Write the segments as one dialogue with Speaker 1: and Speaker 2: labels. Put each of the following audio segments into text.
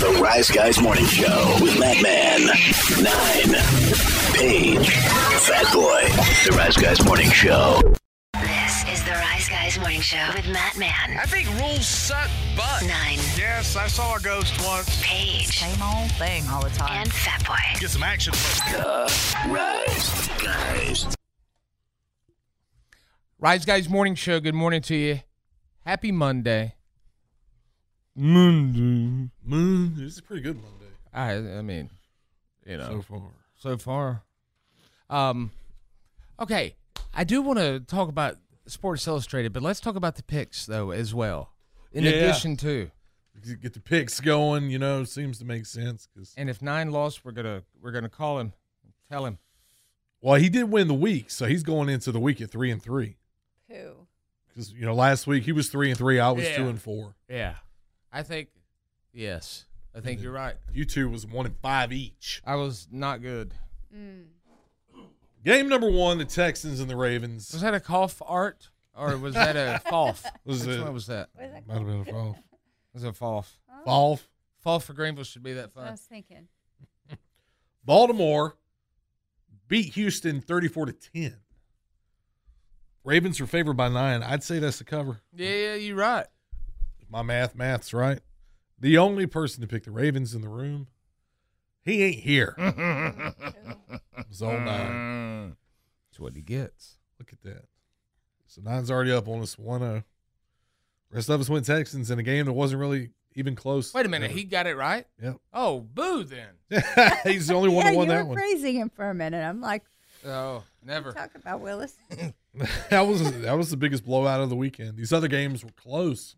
Speaker 1: The Rise Guys Morning Show with Matt Man, Nine, Paige, Fat Boy. The Rise Guys Morning Show.
Speaker 2: This is the Rise Guys Morning Show with Matt Man,
Speaker 3: I think rules suck butt.
Speaker 2: Nine,
Speaker 3: Yes, I saw a ghost once.
Speaker 2: Page,
Speaker 4: Same old thing all the time.
Speaker 2: and Fatboy.
Speaker 3: Get some action.
Speaker 1: Rise Guys.
Speaker 5: Rise Guys Morning Show. Good morning to you. Happy Monday. Monday.
Speaker 6: Moon. This is a pretty good Monday
Speaker 5: I I mean, you know,
Speaker 6: so far.
Speaker 5: so, far. Um, okay. I do want to talk about Sports Illustrated, but let's talk about the picks though as well. In
Speaker 6: Yeah.
Speaker 5: addition to,
Speaker 6: You Get the picks going, you know, seems to make sense. Cause,
Speaker 5: and if nine lost, we're gonna we're gonna call him, tell him.
Speaker 6: well, he did win the week, so he's going into the week at three and three.
Speaker 7: Who?
Speaker 6: Because, you know, last week he was three and three, I was
Speaker 5: Yeah.
Speaker 6: two and four.
Speaker 5: Yeah. I think. Yes. I think you're right.
Speaker 6: You two was one and five each.
Speaker 5: I was not good.
Speaker 6: Game number one, the Texans and the
Speaker 5: Was
Speaker 6: Ravens.
Speaker 5: that a cough art or was that a falf?
Speaker 6: Was
Speaker 5: Which
Speaker 6: it-
Speaker 5: one was that?
Speaker 7: What is that
Speaker 6: Might have been a fall.
Speaker 5: was a falf.
Speaker 6: Fall.
Speaker 5: Fall for Greenville should be that
Speaker 7: I
Speaker 5: fun.
Speaker 7: was thinking.
Speaker 6: Baltimore beat Houston 34 to 10. Ravens are favored by nine. I'd say that's the cover.
Speaker 5: Yeah, yeah, you're right.
Speaker 6: My math, math's right. The only person to pick the Ravens in the room, he ain't here. it's all nine.
Speaker 5: That's what he gets.
Speaker 6: Look at that. So nine's already up on us 1 0. Rest of us went Texans in a game that wasn't really even close.
Speaker 5: Wait a minute, he got it right.
Speaker 6: Yep.
Speaker 5: Oh, boo then.
Speaker 6: He's the only one
Speaker 7: yeah,
Speaker 6: who won
Speaker 7: you
Speaker 6: that
Speaker 7: were
Speaker 6: one.
Speaker 7: praising him for a minute. I'm like,
Speaker 5: Oh, never.
Speaker 7: talk about Willis.
Speaker 6: that was that was the biggest blowout of the weekend. These other games were close,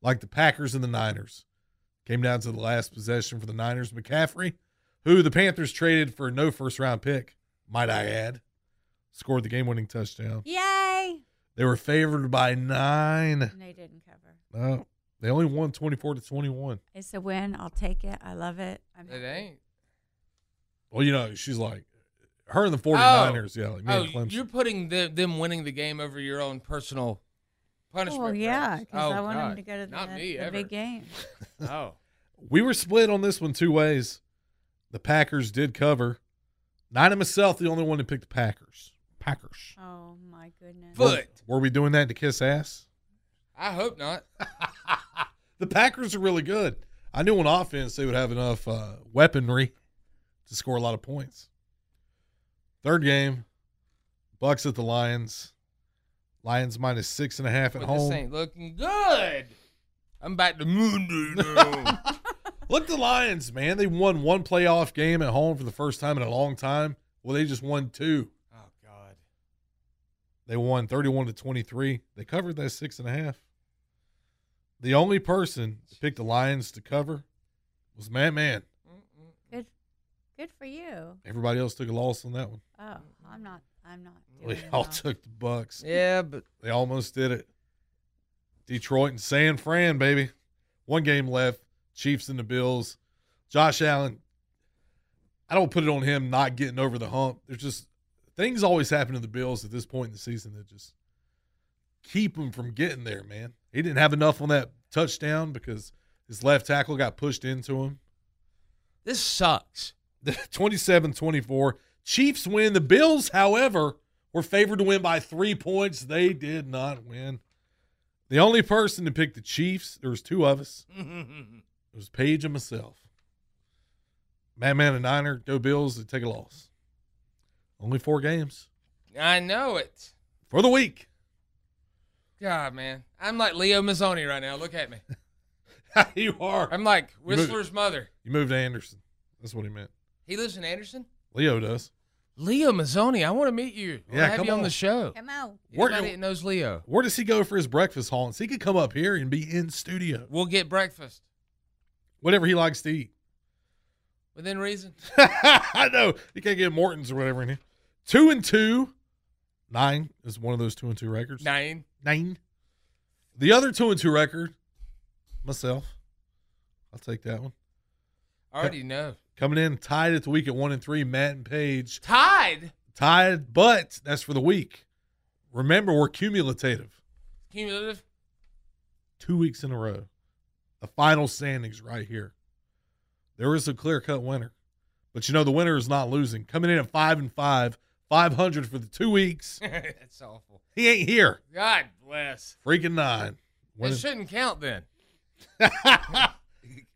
Speaker 6: like the Packers and the Niners. Came down to the last possession for the Niners. McCaffrey, who the Panthers traded for no first round pick, might I add, scored the game winning touchdown.
Speaker 7: Yay!
Speaker 6: They were favored by nine.
Speaker 7: And they didn't cover.
Speaker 6: No, they only won twenty four to twenty one.
Speaker 7: It's a win. I'll take it. I love it. I'm
Speaker 5: It ain't.
Speaker 6: Well, you know she's like her
Speaker 7: Oh,
Speaker 6: and the 49ers. Yeah, like me
Speaker 5: oh,
Speaker 6: and Clemson.
Speaker 5: you're putting the, them winning the game over your own personal punishment.
Speaker 7: Oh, yeah,
Speaker 5: grounds.
Speaker 7: because
Speaker 5: Oh,
Speaker 7: I want him
Speaker 5: God.
Speaker 7: to go to the,
Speaker 5: Not me,
Speaker 7: the
Speaker 5: ever.
Speaker 7: big game.
Speaker 5: Oh,
Speaker 6: We were split on this one two ways. The Packers did cover. Nine and myself, the only one to pick the Packers. Packers.
Speaker 7: Oh, my goodness.
Speaker 5: Foot.
Speaker 6: Were we doing that to kiss ass?
Speaker 5: I hope not.
Speaker 6: The Packers are really good. I knew on offense they would have enough uh, weaponry to score a lot of points. Third game, Bucks at the Lions. Lions minus six and a half at
Speaker 5: But this
Speaker 6: home.
Speaker 5: ain't looking good. I'm back to Monday now.
Speaker 6: Look, at the Lions, man, they won one playoff game at home for the first time in a long time. Well, they just won two.
Speaker 5: oh God.
Speaker 6: They won 31 to 23. They covered that six and a half. The only person to pick the Lions to cover was Matt Man.
Speaker 7: Good, good for you.
Speaker 6: Everybody else took a loss on that one.
Speaker 7: Oh, I'm not. I'm not.
Speaker 6: We
Speaker 7: Doing
Speaker 6: all
Speaker 7: well.
Speaker 6: took the Bucks.
Speaker 5: Yeah, but
Speaker 6: They almost did it. Detroit and San Fran, baby. One game left. Chiefs and the Bills. Josh Allen. I don't put it on him not getting over the hump. There's just things always happen to the Bills at this point in the season that just keep him from getting there, man. He didn't have enough on that touchdown because his left tackle got pushed into him.
Speaker 5: this sucks.
Speaker 6: 27 24. Chiefs win. The Bills, however, were favored to win by three points. They did not win. The only person to pick the Chiefs, there was two of us. It was Paige and myself. Madman and Niner, go Bills, and take a loss. Only four games
Speaker 4: I know it.
Speaker 6: for the week.
Speaker 4: God, man, I'm like Leo Mazzoni right now. Look at me.
Speaker 6: you are.
Speaker 4: I'm like Whistler's mother.
Speaker 6: You moved to Anderson. That's what he meant.
Speaker 4: He lives in Anderson.
Speaker 6: Leo does.
Speaker 4: Leo Mazzoni, I want to meet you. I wanna
Speaker 6: Yeah,
Speaker 4: have
Speaker 6: come
Speaker 4: you on, the
Speaker 6: on.
Speaker 4: show.
Speaker 7: Come on.
Speaker 6: We're-
Speaker 4: Anybody that knows Leo,
Speaker 6: Where does he go for his breakfast haunts? He could come up here and be in studio.
Speaker 4: we'll get breakfast
Speaker 6: Whatever he likes to eat.
Speaker 4: within reason.
Speaker 6: I know. You can't get Morton's or whatever in here. Two and two. Nine is one of those two and two records.
Speaker 4: Nine.
Speaker 6: Nine. The other two and two record, myself. I'll take that one.
Speaker 4: I already know.
Speaker 6: Coming in tied at the week at one and three, Matt and Paige
Speaker 4: Tied.
Speaker 6: tied, but that's for the week. Remember, we're cumulative.
Speaker 4: Cumulative.
Speaker 6: Two weeks in a row. The final standings right here. There is a clear cut winner. But you know, the winner is not losing. Coming in at five and five, 500 for the two weeks.
Speaker 4: That's awful.
Speaker 6: He ain't here.
Speaker 4: God bless.
Speaker 6: Freaking nine.
Speaker 4: It
Speaker 6: Winning-
Speaker 4: shouldn't count then.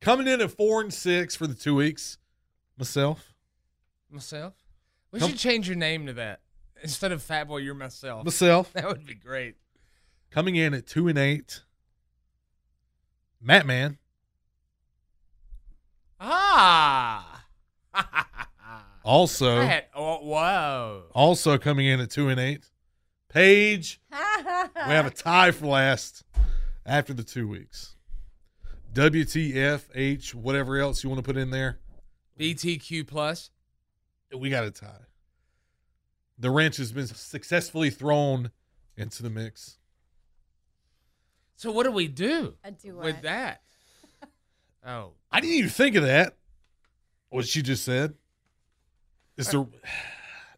Speaker 6: Coming in at four and six for the two weeks. Myself.
Speaker 4: Myself. We
Speaker 6: Come-
Speaker 4: should change your name to that instead of Fat Boy. You're myself.
Speaker 6: Myself.
Speaker 4: That would be great.
Speaker 6: Coming in at two and eight. Matt Man.
Speaker 4: Ah. I
Speaker 6: Also
Speaker 4: had, oh, whoa.
Speaker 6: also coming in at two and eight. Paige. we have a tie for last after the two weeks. WTFH, whatever else you want to put in there.
Speaker 4: BTQ plus.
Speaker 6: we got a tie. The wrench has been successfully thrown into the mix.
Speaker 4: So what do we do
Speaker 7: A duet.
Speaker 4: with that? Oh,
Speaker 6: I didn't even think of that. What she just said. Is there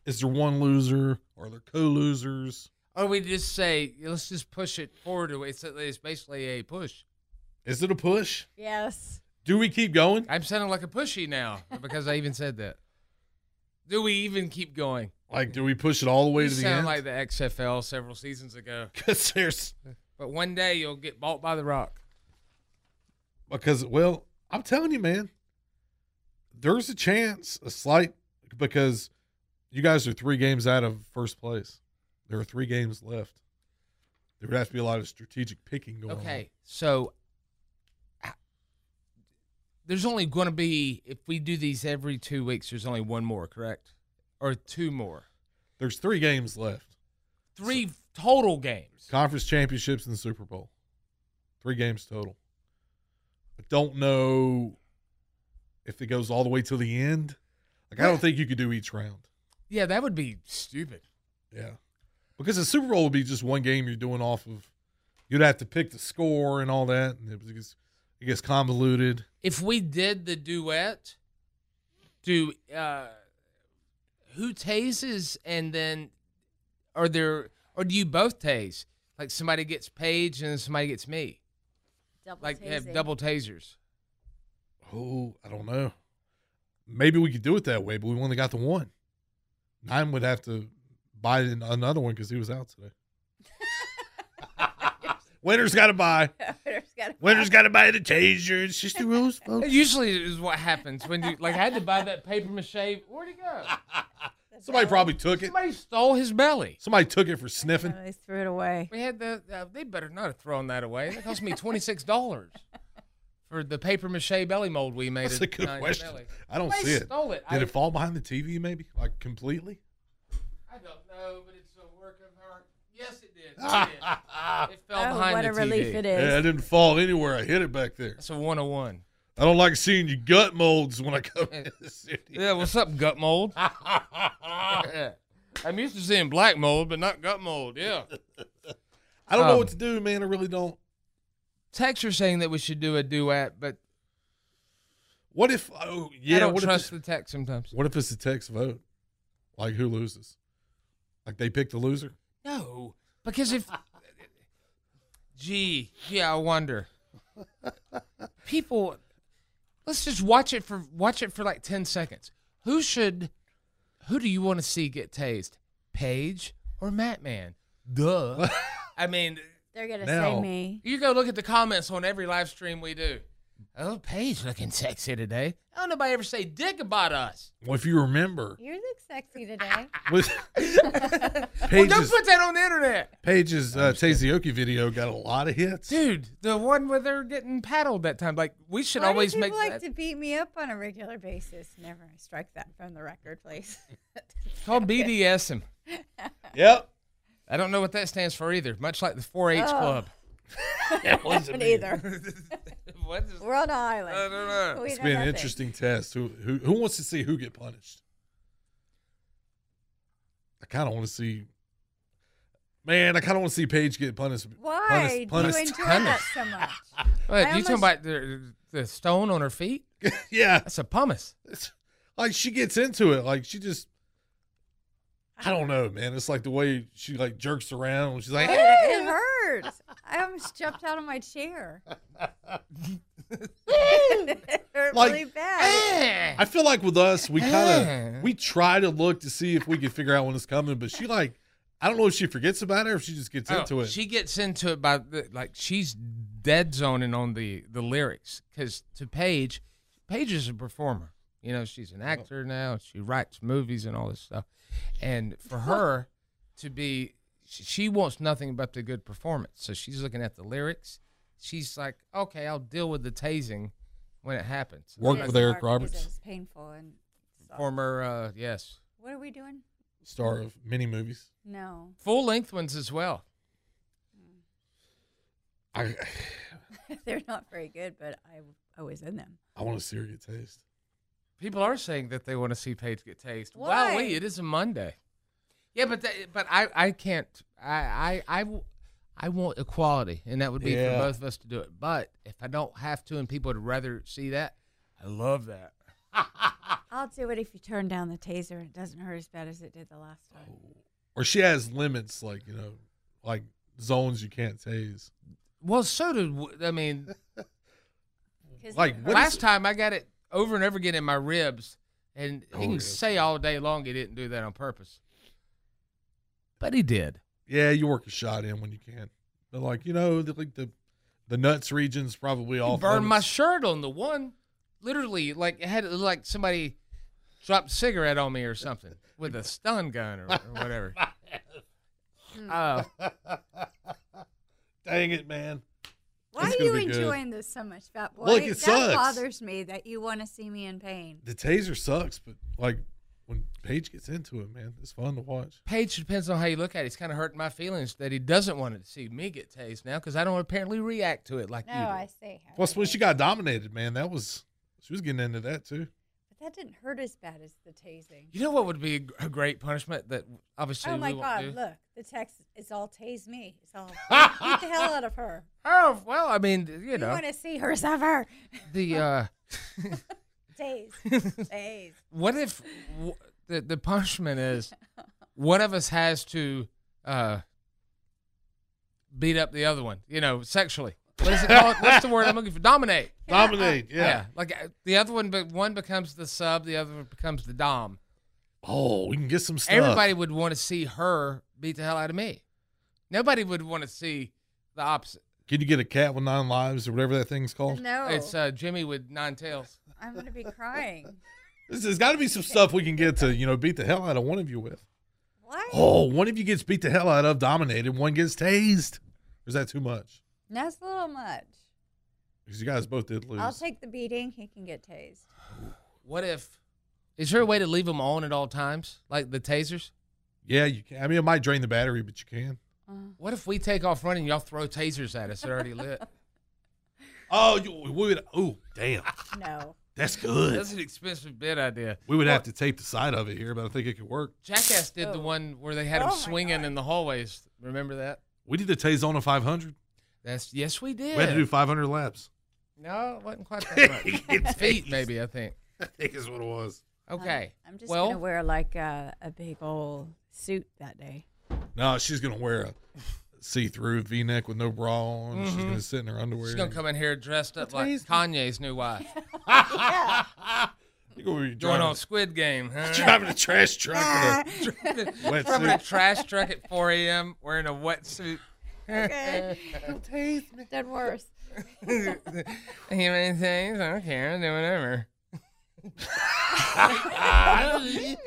Speaker 6: is there one loser? Are there co-losers?
Speaker 4: or we just say let's just push it forward. It's it's basically a push.
Speaker 6: Is it a push?
Speaker 7: Yes.
Speaker 6: Do we keep going?
Speaker 4: I'm sounding like a pushy now because I even said that. Do we even keep going?
Speaker 6: Like, do we push it all the way
Speaker 4: You
Speaker 6: to the
Speaker 4: sound
Speaker 6: end?
Speaker 4: like the XFL several seasons ago.
Speaker 6: because there's
Speaker 4: But one day you'll get bought by the Rock.
Speaker 6: because well, I'm telling you, man, there's a chance, a slight because you guys are three games out of first place. There are three games left. There would have to be a lot of strategic picking going on.
Speaker 4: Okay, so h- there's only going to be if we do these every two weeks. There's only one more, correct? Or two more?
Speaker 6: There's three games left.
Speaker 4: Three total games.
Speaker 6: Conference championships and the Super Bowl. Three games total. I don't know if it goes all the way to the end. Like I don't think you could do each round.
Speaker 4: Yeah, that would be stupid.
Speaker 6: Yeah. Because the Super Bowl would be just one game you're doing off of. You'd have to pick the score and all that, and it, was- it gets, it gets convoluted.
Speaker 4: If we did the duet, do uh, who tases and then are there or do you both tase? Like somebody gets Paige and somebody gets me.
Speaker 7: Double
Speaker 4: Like have
Speaker 7: tasing.
Speaker 4: double tasers.
Speaker 6: Oh, I don't know. Maybe we could do it that way, but we only got the one. Nine would have to buy an- another one because he was out today. Winner's got to buy.
Speaker 7: Winner's gotta-
Speaker 6: Winner's got to buy the taser. It's just the rules, folks.
Speaker 4: Usually is what happens when you like I had to buy that paper mache. Where'd it go?
Speaker 6: Somebody probably took it.
Speaker 4: Somebody stole his belly.
Speaker 6: Somebody took it for sniffing.
Speaker 7: Oh, they threw it away.
Speaker 4: We had the. Uh, they better not have thrown that away. That cost me twenty six dollars for the paper mache belly mold we made.
Speaker 6: That's
Speaker 4: at
Speaker 6: a good
Speaker 4: Nine
Speaker 6: question.
Speaker 4: Belly.
Speaker 6: I don't
Speaker 4: Somebody
Speaker 6: see it.
Speaker 4: Stole it.
Speaker 6: Did
Speaker 4: I,
Speaker 6: it fall behind the TV? Maybe like completely.
Speaker 4: I don't know, but it's a work of art. Yes, it did.
Speaker 6: Ah.
Speaker 4: It, did. It fell
Speaker 7: Oh,
Speaker 4: behind
Speaker 7: what
Speaker 4: the
Speaker 7: a relief it is.
Speaker 6: Yeah, I didn't fall anywhere. I hit it back there.
Speaker 4: That's a one on one.
Speaker 6: I don't like seeing your gut molds when I come in the city.
Speaker 4: Yeah, what's up, gut mold? I'm used to seeing black mold, but not gut mold. Yeah.
Speaker 6: I don't know
Speaker 4: Um,
Speaker 6: what to do, man. I really don't.
Speaker 4: Texts are saying that we should do a duet, but
Speaker 6: What if? Oh, yeah.
Speaker 4: I don't
Speaker 6: what
Speaker 4: trust
Speaker 6: if?
Speaker 4: the text sometimes.
Speaker 6: It's, what if it's a text vote? Like who loses? Like they pick the loser.
Speaker 4: No, because if. Gee, yeah, I wonder. People, let's just watch it for watch it for like ten seconds. Who should, who do you want to see get tased, Paige or Matman? Duh. I mean,
Speaker 7: They're gonna
Speaker 6: Now-
Speaker 7: say me.
Speaker 4: you go look at the comments on every live stream we do. Oh, Paige looking sexy today. Don't nobody ever say dick about us.
Speaker 6: Well, if you remember,
Speaker 7: You look sexy today.
Speaker 6: was-
Speaker 4: Well, don't
Speaker 6: Paige's,
Speaker 4: put that on the internet.
Speaker 6: Paige's uh, Tazioki video got a lot of hits.
Speaker 4: Dude, the one where they're getting paddled that time. Like, we should
Speaker 7: Why do
Speaker 4: always
Speaker 7: people
Speaker 4: make
Speaker 7: like
Speaker 4: that.
Speaker 7: to beat me up on a regular basis? Never strike that from the record, please.
Speaker 4: Call BDSM.
Speaker 6: Yep.
Speaker 4: I don't know what that stands for either, much like the 4 H
Speaker 7: Oh.
Speaker 4: Club.
Speaker 7: Not either.
Speaker 4: What is,
Speaker 7: We're on an island.
Speaker 4: I don't know.
Speaker 7: We
Speaker 6: It's
Speaker 7: know
Speaker 6: been an
Speaker 7: nothing.
Speaker 6: interesting test. Who, who who wants to see who get punished? I kind of want to see. Man, I kind of want to see Paige get punished.
Speaker 7: Why
Speaker 6: Punished.
Speaker 7: do
Speaker 6: punished.
Speaker 7: you enjoy that so much?
Speaker 4: Wait,
Speaker 7: I
Speaker 4: you talking
Speaker 7: almost-
Speaker 4: about the, the stone on her feet?
Speaker 6: yeah,
Speaker 4: That's a pumice.
Speaker 6: It's- like she gets into it. Like she just. I don't know, man. It's like the way she like jerks around. She's like, "Ah."
Speaker 7: It hurts. I almost jumped out of my chair. it hurt
Speaker 6: Like-
Speaker 7: really bad.
Speaker 4: Eh!
Speaker 6: I feel like with us, we kind of we try to look to see if we can figure out when it's coming, but she like, I don't know if she forgets about it or if she just gets
Speaker 4: Oh,
Speaker 6: into it.
Speaker 4: She gets into it by the, like she's dead zoning on the the lyrics because to Paige, Paige is a performer. You know, she's an actor now. She writes movies and all this stuff. And for her to be, she, she wants nothing but the good performance. So she's looking at the lyrics. She's like, okay, I'll deal with the tasing when it happens.
Speaker 6: Worked
Speaker 7: It
Speaker 6: with
Speaker 7: was
Speaker 6: Eric
Speaker 7: hard because
Speaker 6: Roberts,
Speaker 7: It was painful. And
Speaker 4: Former, uh, yes,
Speaker 7: what are we doing?
Speaker 6: star of many movies.
Speaker 7: No.
Speaker 4: full length ones as well.
Speaker 6: I
Speaker 7: They're not very good, but I, I was in them.
Speaker 6: I want to see her get tased.
Speaker 4: People are saying that they want to see Paige get tased. Wow,
Speaker 7: Why?
Speaker 4: wait, it is a Monday. Yeah, but that, but I I can't I I I w- I want equality, and that would be
Speaker 6: Yeah.
Speaker 4: for both of us to do it. But if I don't have to, and people would rather see that, I love that.
Speaker 7: I'll do it if you turn down the taser and it doesn't hurt as bad as it did the last time.
Speaker 6: Or she has limits, like you know, like zones you can't tase.
Speaker 4: Well, so did w- I mean
Speaker 7: 'Cause
Speaker 6: Like,
Speaker 7: it
Speaker 6: what
Speaker 7: hurt.
Speaker 4: last time I got it over and over again in my ribs, and
Speaker 6: Oh,
Speaker 4: he can
Speaker 6: yeah.
Speaker 4: say all day long he didn't do that on purpose, but he did.
Speaker 6: Yeah, you work a shot in when you can, but like you know, the, like the the nuts regions probably all
Speaker 4: He burned my shirt on the one. Literally, like it had it looked like somebody dropped a cigarette on me or something with a stun gun or, or whatever.
Speaker 7: Hmm.
Speaker 4: Uh,
Speaker 6: Dang it, man!
Speaker 7: Why
Speaker 6: It's
Speaker 7: are
Speaker 6: gonna
Speaker 7: you
Speaker 6: be good.
Speaker 7: enjoying this so much, Fat Boy?
Speaker 6: Look, it
Speaker 7: that
Speaker 6: sucks.
Speaker 7: bothers me that you want to see me in pain.
Speaker 6: The taser sucks, but like when Paige gets into it, man, it's fun to watch.
Speaker 4: Paige depends on how you look at it. It's kind of hurting my feelings that he doesn't want to see me get tased now because I don't apparently react to it like
Speaker 7: No,
Speaker 4: you. do.
Speaker 7: Oh, I see. how
Speaker 6: Plus,
Speaker 7: it
Speaker 6: when
Speaker 7: is.
Speaker 6: she got dominated, man, that was she was getting into that too.
Speaker 7: But that didn't hurt as bad as the tasing.
Speaker 4: You know what would be a g- a great punishment that obviously
Speaker 7: oh
Speaker 4: we
Speaker 7: my
Speaker 4: won't
Speaker 7: God!
Speaker 4: do?
Speaker 7: Look, the text is all tase me. It's all beat the hell out of her.
Speaker 4: Oh well, I mean, you
Speaker 7: You,
Speaker 4: know,
Speaker 7: want to see her suffer?
Speaker 4: the uh,
Speaker 7: Tase, tase.
Speaker 4: what if w- the the punishment is one of us has to uh, beat up the other one? You know, sexually. What is it called? What's the word I'm looking for? Dominate.
Speaker 6: Dominate, yeah.
Speaker 4: like uh, the other one, but one becomes the sub, the other one becomes the dom.
Speaker 6: Oh, we can get some stuff.
Speaker 4: Everybody would want to see her beat the hell out of me. Nobody would want to see the opposite.
Speaker 6: can you get a cat with nine lives or whatever that thing's called?
Speaker 8: Oh.
Speaker 7: No,
Speaker 4: It's uh, Jimmy with nine tails.
Speaker 7: I'm gonna be crying.
Speaker 6: This- There's got to be some stuff we can get to, you know, beat the hell out of one of you with.
Speaker 7: What?
Speaker 6: Oh, one of you gets beat the hell out of, dominated, one gets tased. Or is that too much?
Speaker 7: That's a little much.
Speaker 6: Because you guys both did lose.
Speaker 7: I'll take the beating. He can get tased.
Speaker 4: What if? Is there a way to leave them on at all times, like the tasers?
Speaker 6: yeah, you can. I mean, it might drain the battery, but you can.
Speaker 4: What if we take off running? Y'all throw tasers at us. They're already lit.
Speaker 6: Oh, you, we would. Oh, damn.
Speaker 7: No.
Speaker 6: That's good.
Speaker 4: That's an expensive bid idea.
Speaker 6: We would have to tape the side of it here, but I think it could work.
Speaker 4: Jackass did the
Speaker 7: Oh.
Speaker 4: one where they had
Speaker 7: Oh
Speaker 4: them
Speaker 7: my
Speaker 4: swinging
Speaker 7: God.
Speaker 4: in the hallways. Remember that?
Speaker 6: We did the tase on a 500.
Speaker 4: That's yes, we did.
Speaker 6: We had to do 500 laps.
Speaker 4: no, it wasn't quite that much. Feet, maybe I think.
Speaker 6: I think is what it was.
Speaker 4: Okay.
Speaker 7: I'm, I'm just
Speaker 4: well,
Speaker 7: gonna wear like uh, a big old suit that day.
Speaker 6: No, she's going to wear a see through v neck with no bra on. She's going to sit in her underwear.
Speaker 4: Mm-hmm. she's gonna come in here dressed up like
Speaker 6: That's
Speaker 4: Kanye's new wife,
Speaker 6: You're gonna be
Speaker 4: going
Speaker 6: driving,
Speaker 4: on Squid Game, huh?
Speaker 6: driving a trash truck with a wet
Speaker 4: From a
Speaker 6: suit.
Speaker 4: trash truck at 4 a.m. wearing a wetsuit.
Speaker 7: Okay. Done worse.
Speaker 4: Human things, I don't care, I do whatever.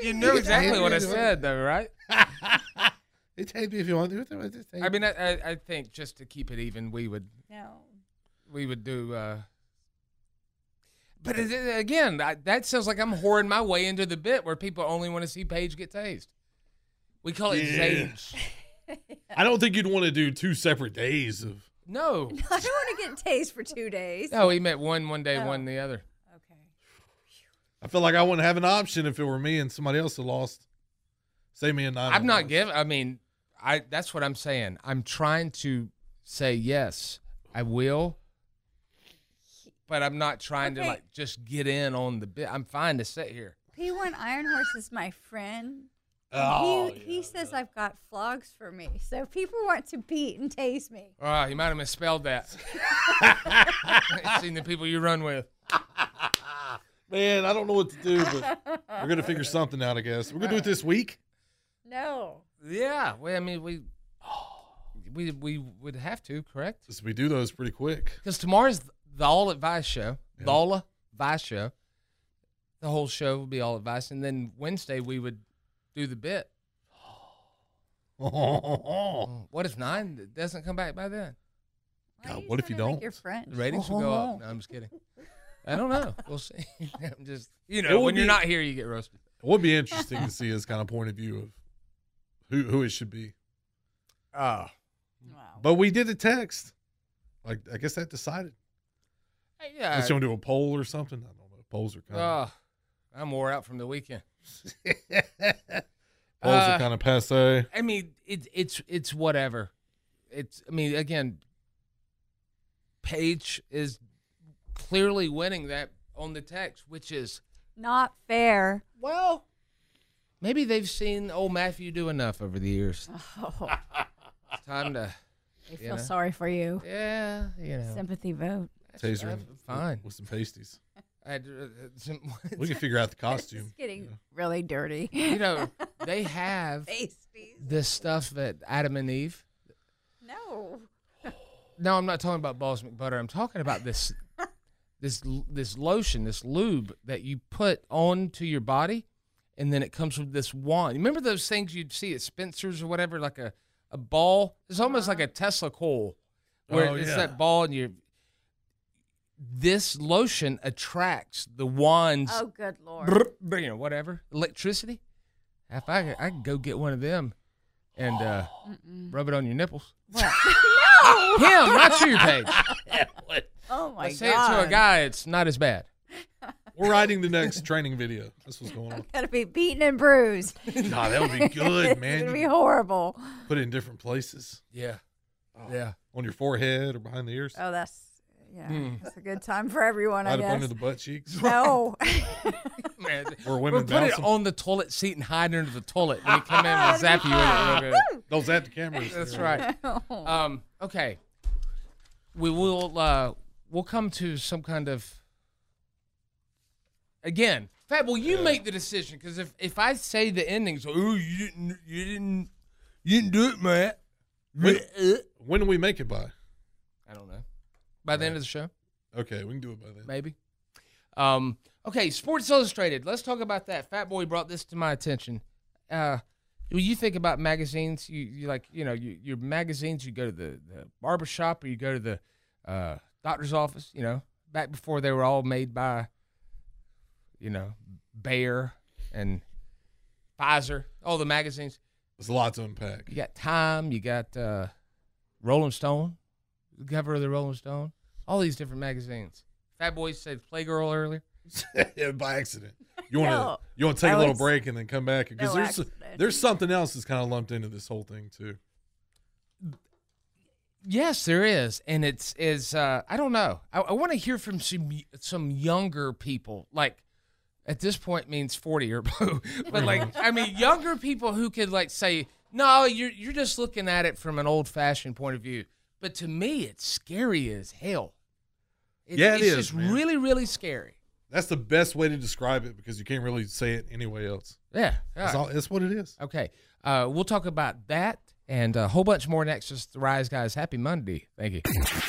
Speaker 4: you know exactly what I said, though, right?
Speaker 6: It takes me if you want to do it.
Speaker 4: I mean, I, I, I think just to keep it even, we would
Speaker 7: No.
Speaker 4: we would do. Uh, but it, it- again, I, that sounds like I'm whoring my way into the bit where people only want to see Paige get tased. We call it
Speaker 6: Yeah.
Speaker 4: Zage.
Speaker 6: I don't think you'd want to do two separate days of.
Speaker 4: No,
Speaker 7: I don't want to get tased for two days.
Speaker 4: no, he met one one day,
Speaker 7: Oh.
Speaker 4: one the other.
Speaker 7: Okay.
Speaker 6: I feel like I wouldn't have an option if it were me and somebody else that lost. Say me and I.
Speaker 4: I'm not
Speaker 6: lost.
Speaker 4: giving. I mean, I. That's what I'm saying. I'm trying to say yes, I will. But I'm not trying to
Speaker 7: Okay.
Speaker 4: like just get in on the bit. I'm fine to sit here.
Speaker 7: P1 Iron Horse is my friend. and
Speaker 6: Oh,
Speaker 7: he, he says I've got flogs for me. So people want to beat and tase me.
Speaker 4: Oh, you might have misspelled that. Seen the people you run with.
Speaker 6: Man, I don't know what to do, but we're gonna figure something out. I guess we're gonna do it this week.
Speaker 7: No.
Speaker 4: Yeah. Well, I mean, we we we would have to, correct?
Speaker 6: 'Cause we do those pretty quick.
Speaker 4: Because tomorrow's the All Advice Show. The All Advice Show. The whole show would be All Advice, and then Wednesday we would do the bit.
Speaker 6: God,
Speaker 4: What if nine doesn't come back by then?
Speaker 7: Why are
Speaker 6: what if you
Speaker 7: sounding like
Speaker 6: don't?
Speaker 7: You're French.
Speaker 4: The ratings will go up. No, I'm just kidding. I don't know. We'll see. I'm just you
Speaker 6: It
Speaker 4: know
Speaker 6: would
Speaker 4: when you're
Speaker 6: be-
Speaker 4: not here, you get roasted.
Speaker 6: It would be interesting to see his kind of point of view of who who it should be.
Speaker 4: Ah.
Speaker 7: Wow.
Speaker 6: But we did a text. Like I guess that decided.
Speaker 4: Yeah.
Speaker 6: Let's want to do a poll or something. I don't know. Polls are kind of
Speaker 4: Oh, I'm wore out from the weekend.
Speaker 6: polls
Speaker 4: Uh,
Speaker 6: are kind of passe.
Speaker 4: I mean, it, it's it's whatever. It's I mean, again, Paige is clearly winning that on the text, which is
Speaker 7: Not fair.
Speaker 4: well, maybe they've seen old Matthew do enough over the years.
Speaker 7: Oh,
Speaker 4: It's time to
Speaker 7: I feel
Speaker 4: know.
Speaker 7: sorry for you.
Speaker 4: yeah, you know,
Speaker 7: Sympathy vote.
Speaker 6: Taser
Speaker 4: I'm
Speaker 6: him with-
Speaker 4: fine.
Speaker 6: with some pasties.
Speaker 4: I had, uh, some-
Speaker 6: We can figure out the costume.
Speaker 7: It's getting really dirty.
Speaker 4: you know they have
Speaker 7: Pasties.
Speaker 4: this stuff that Adam and Eve.
Speaker 7: No.
Speaker 4: No, I'm not talking about balls McButter. I'm talking about this this this lotion, this lube that you put onto your body, and then it comes with this wand. Remember those things you'd see at Spencer's or whatever, like a a ball. It's almost like a Tesla coil, where
Speaker 6: Oh,
Speaker 4: it's
Speaker 6: yeah.
Speaker 4: that ball, and you. This lotion attracts the wands,
Speaker 7: Oh, good lord.
Speaker 4: you know, whatever electricity. If I could, I could go get one of them, and uh, rub it on your nipples.
Speaker 7: What?
Speaker 4: Him, not you, Paige.
Speaker 7: Oh my
Speaker 4: Let's say
Speaker 7: god.
Speaker 4: it to a guy, it's not as bad.
Speaker 6: We're writing the next training video. That's what's going on.
Speaker 7: Gotta be beaten and bruised.
Speaker 6: Nah, that would be good, man.
Speaker 7: It's gonna
Speaker 6: You
Speaker 7: be
Speaker 6: can
Speaker 7: horrible.
Speaker 6: put it in different places
Speaker 4: Yeah. Yeah.
Speaker 6: on your forehead or behind the ears,
Speaker 7: Oh, that's yeah.
Speaker 4: Hmm.
Speaker 7: That's a good time for everyone, I
Speaker 6: right up
Speaker 7: guess.
Speaker 6: under the butt cheeks.
Speaker 7: no.
Speaker 4: Man,
Speaker 6: Or
Speaker 4: we
Speaker 6: women
Speaker 4: put it
Speaker 6: bouncing.
Speaker 4: on the toilet seat and hide under the toilet. And we come in and zap you with it real good.
Speaker 6: Those at the cameras.
Speaker 4: That's right. Um, okay. We will uh we'll come to some kind of again. Fat, will you make the decision? Because if, if I say the endings, oh you didn't you didn't you didn't do it, man. uh,
Speaker 6: When do we make it by?
Speaker 4: I don't know. By the end of the show?
Speaker 6: Okay, we can do it by then.
Speaker 4: maybe. Um, okay, Sports Illustrated. Let's talk about that. Fat Boy brought this to my attention. Uh, when you think about magazines, you, you like you know you, your magazines. You go to the, the barber shop or you go to the uh, doctor's office. You know, back before they were all made by, you know, Bayer and Pfizer. All the magazines.
Speaker 6: There's a lot to unpack.
Speaker 4: You got Time. You got uh, Rolling Stone, the cover of the Rolling Stone. All these different magazines. Fat Boy said Playgirl earlier.
Speaker 6: by accident. You want to
Speaker 7: No.
Speaker 6: you want to take
Speaker 7: That
Speaker 6: a little
Speaker 7: was-
Speaker 6: break and then come back because
Speaker 7: No
Speaker 6: there's
Speaker 7: accident.
Speaker 6: there's something else that's kind of lumped into this whole thing too.
Speaker 4: Yes, there is, and it's is uh, I don't know. I, I want to hear from some some younger people, like at this point means forty or below. but like I mean, younger people who could like say, no, you're you're just looking at it from an old fashioned point of view. But to me, it's scary as hell.
Speaker 6: Yeah, it
Speaker 4: it's
Speaker 6: is,
Speaker 4: just
Speaker 6: man.
Speaker 4: really really scary.
Speaker 6: That's the best way to describe it because you can't really say it anyway else.
Speaker 4: Yeah.
Speaker 6: That's,
Speaker 4: yeah.
Speaker 6: all, that's what it is.
Speaker 4: Okay, uh, we'll talk about that and a whole bunch more next. Just the Rise Guys. Happy Monday. Thank you.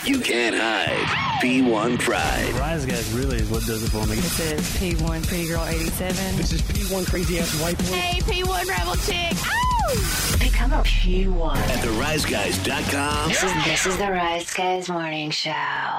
Speaker 1: You can't hide. B1 Pride.
Speaker 9: Rise Guys really is what does it for me.
Speaker 10: This is P1 Pretty Girl 87.
Speaker 11: This is P1 Crazy Ass White Boy.
Speaker 12: Hey, P1 Rebel Chick. Ow!
Speaker 2: Become a P1.
Speaker 1: At theriseguys.com.
Speaker 2: This is, this is the Rise Guys Morning Show.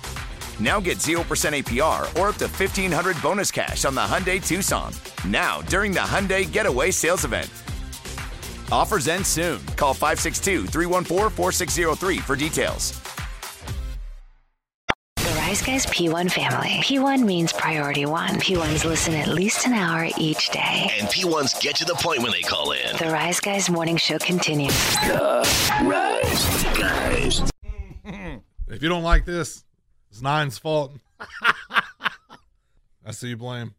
Speaker 13: Now get 0% APR or up to 1500 bonus cash on the Hyundai Tucson. Now, during the Hyundai Getaway Sales Event. Offers end soon. Call 562 314 4603 for details.
Speaker 2: Rise Guys P1 family. P1 means priority one. P1s listen at least an hour each day.
Speaker 1: And P1s get to the point when they call in.
Speaker 2: The Rise Guys morning show continues.
Speaker 1: The Rise Guys.
Speaker 6: If you don't like this, it's Nine's fault. That's who you blame.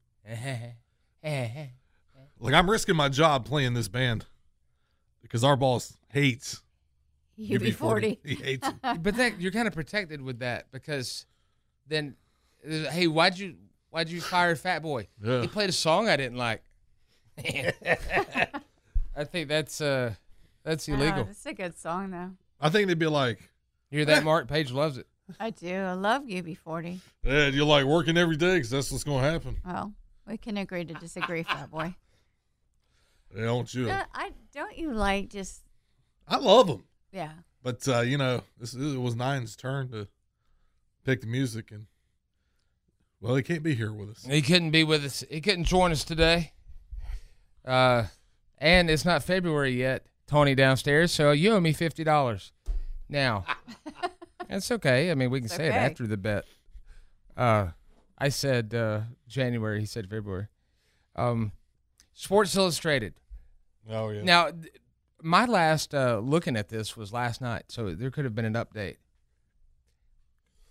Speaker 6: Like I'm risking my job playing this band because our boss hates
Speaker 7: UB40.
Speaker 6: He hates it.
Speaker 4: But that, you're kind of protected with that because then, uh, hey, why'd you why'd you fire Fat Boy?
Speaker 6: Yeah.
Speaker 4: He played a song I didn't like. I think that's uh that's illegal.
Speaker 7: It's a good song though.
Speaker 6: I think they'd be like,
Speaker 4: You hear that, Mark? Page loves it.
Speaker 7: I do. I love UB40.
Speaker 6: "Yeah, you're like working every day because that's what's gonna happen."
Speaker 7: Well, we can agree to disagree, fat boy.
Speaker 6: Yeah, don't you?
Speaker 7: No, I don't. You like just
Speaker 6: I love them,
Speaker 7: yeah.
Speaker 6: but uh, you know, this it was Nine's turn to pick the music, and well, he can't be here with us.
Speaker 4: He couldn't be with us. He couldn't join us today. Uh, and it's not February yet, Tony downstairs. So you owe me fifty dollars. Now, that's okay. I mean, we can
Speaker 7: It's
Speaker 4: say it
Speaker 7: okay.
Speaker 4: after the bet. Uh, I said uh, January. He said February. Um, Sports Illustrated.
Speaker 6: Oh yeah.
Speaker 4: Now, th- my last uh, looking at this was last night, so there could have been an update.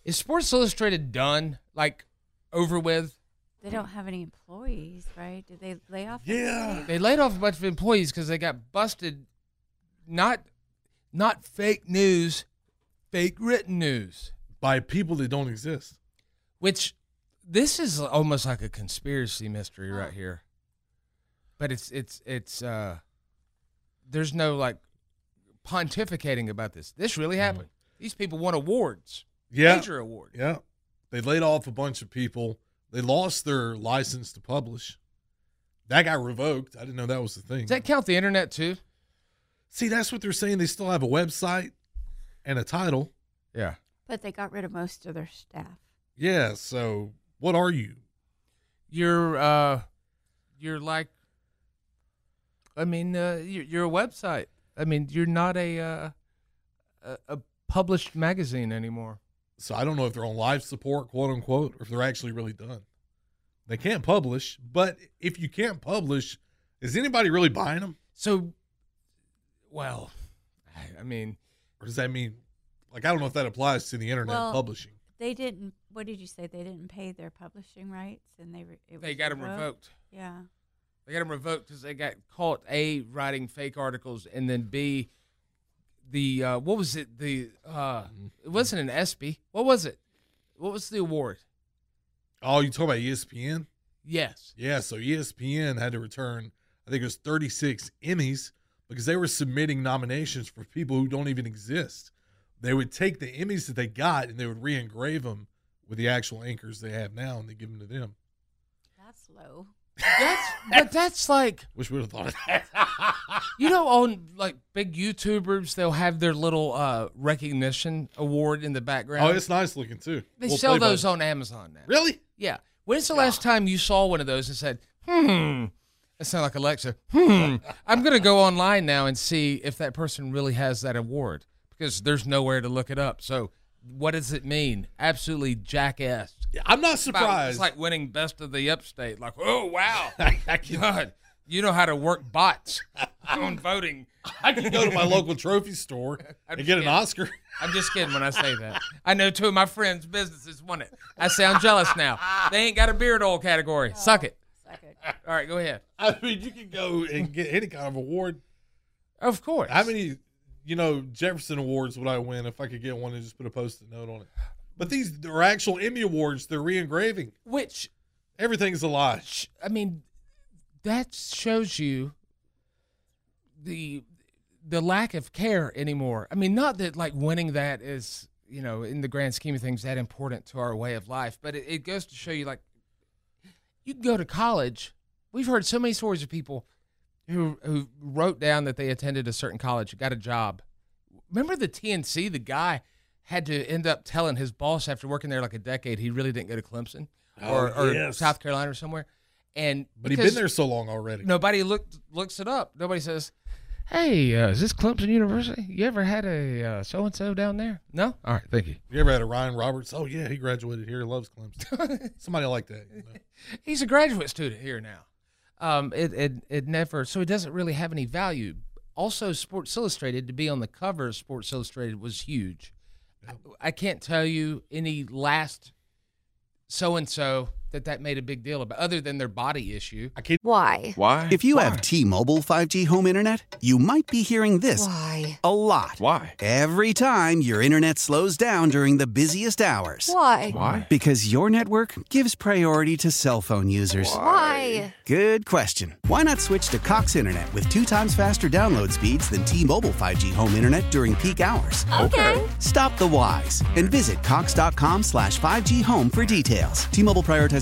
Speaker 4: Is Sports Illustrated done? Like over with?
Speaker 7: They don't have any employees, right? Did they lay off?
Speaker 6: yeah.
Speaker 4: They laid off a bunch of employees because they got busted. Not, not fake news, fake written news.
Speaker 6: By people that don't exist.
Speaker 4: Which, this is almost like a conspiracy mystery right here. But it's it's it's uh, there's no like pontificating about this. This really happened. These people won awards,
Speaker 6: Yeah.
Speaker 4: major awards.
Speaker 6: Yeah. They laid off a bunch of people. They lost their license to publish. That got revoked. I didn't know that was the thing.
Speaker 4: Does that count the internet too?
Speaker 6: See, that's what they're saying. They still have a website and a title.
Speaker 4: Yeah.
Speaker 7: But they got rid of most of their staff.
Speaker 6: Yeah. So what are you?
Speaker 4: You're uh, you're like, I mean, uh, you're, you're a website. I mean, you're not a uh, a, a published magazine anymore.
Speaker 6: So I don't know if they're on life support, quote unquote, or if they're actually really done. They can't publish. But if you can't publish, is anybody really buying them?
Speaker 4: So, well, I mean,
Speaker 6: or does that mean like I don't know if that applies to the internet
Speaker 7: Well,
Speaker 6: publishing?
Speaker 7: They didn't. What did you say? They didn't pay their publishing rights, and they re, it
Speaker 4: They
Speaker 7: was
Speaker 4: got 'em revoked.
Speaker 7: Yeah.
Speaker 4: They got them revoked because they got caught a writing fake articles and then b the uh, what was it the uh, it wasn't an ESPY what was it what was the award
Speaker 6: Oh, you talk about ESPN?
Speaker 4: yes
Speaker 6: Yeah, so E ESPN had to return, I think it was 36 Emmys because they were submitting nominations for people who don't even exist. They would take the Emmys that they got and they would re engrave them with the actual anchors they have now and they give them to them.
Speaker 7: That's low.
Speaker 4: but that's like
Speaker 6: Wish we would have thought of that.
Speaker 4: you know on like big YouTubers they'll have their little uh, recognition award in the background
Speaker 6: Oh, it's nice looking too.
Speaker 4: they
Speaker 6: Well
Speaker 4: sell
Speaker 6: played by-
Speaker 4: those on Amazon now
Speaker 6: Really?
Speaker 4: yeah when's the last time you saw one of those and said hmm that sounded like Alexa hmm I'm gonna go online now and see if that person really has that award because there's nowhere to look it up so. What does it mean? Absolutely jackass.
Speaker 6: I'm not
Speaker 4: It's about-
Speaker 6: surprised.
Speaker 4: It's like winning best of the upstate. Like, oh wow,
Speaker 6: I can,
Speaker 4: God, you know how to work bots on voting.
Speaker 6: I can go to my local trophy store and
Speaker 4: I'm just
Speaker 6: get an
Speaker 4: kidding.
Speaker 6: Oscar.
Speaker 4: I'm just kidding when I say that. I know two of my friends' businesses won it. I sound jealous now. They ain't got a beard oil category. Suck it.
Speaker 7: Suck it.
Speaker 4: All right, go ahead.
Speaker 6: I mean, you can go and get any kind of award.
Speaker 4: Of course.
Speaker 6: How many, you know, Jefferson Awards would I win if I could get one and just put a post-it note on it? But these are actual Emmy Awards. They're re-engraving.
Speaker 4: Which
Speaker 6: Everything's a lie.
Speaker 4: sh- I mean, that shows you the the lack of care anymore. I mean, not that like winning that is you know in the grand scheme of things that important to our way of life, but it, it goes to show you like you can go to college. We've heard so many stories of people who who wrote down that they attended a certain college, got a job. Remember the TNC, the guy had to end up telling his boss after working there like a decade he really didn't go to Clemson or,
Speaker 6: Oh,
Speaker 4: or
Speaker 6: yes.
Speaker 4: South Carolina or somewhere. And
Speaker 6: But he's
Speaker 4: because
Speaker 6: been there so long already.
Speaker 4: Nobody looked looks it up. Nobody says, "Hey, uh, is this Clemson University? You ever had a so and so down there?" No. All right, thank you.
Speaker 6: You ever had a Ryan Roberts? Oh yeah, he graduated here. Loves Clemson. Somebody like that. you know.
Speaker 4: He's a graduate student here now. Um, it, it it never so it doesn't really have any value. Also, Sports Illustrated to be on the cover of Sports Illustrated was huge. I, I can't tell you any last so and so that that made a big deal about, other than their body issue.
Speaker 6: I can't.
Speaker 14: Why?
Speaker 15: Why? If you have T-Mobile 5G home internet, you might be hearing this
Speaker 14: Why?
Speaker 15: a lot. Why? Every time your internet slows down during the busiest hours.
Speaker 14: Why?
Speaker 15: Because your network gives priority to cell phone users.
Speaker 14: Why?
Speaker 15: Good question. Why not switch to Cox Internet with two times faster download speeds than T-Mobile 5G home internet during peak hours?
Speaker 14: Okay.
Speaker 15: Stop the whys and visit cox.com slash 5G home for details. T-Mobile prioritizes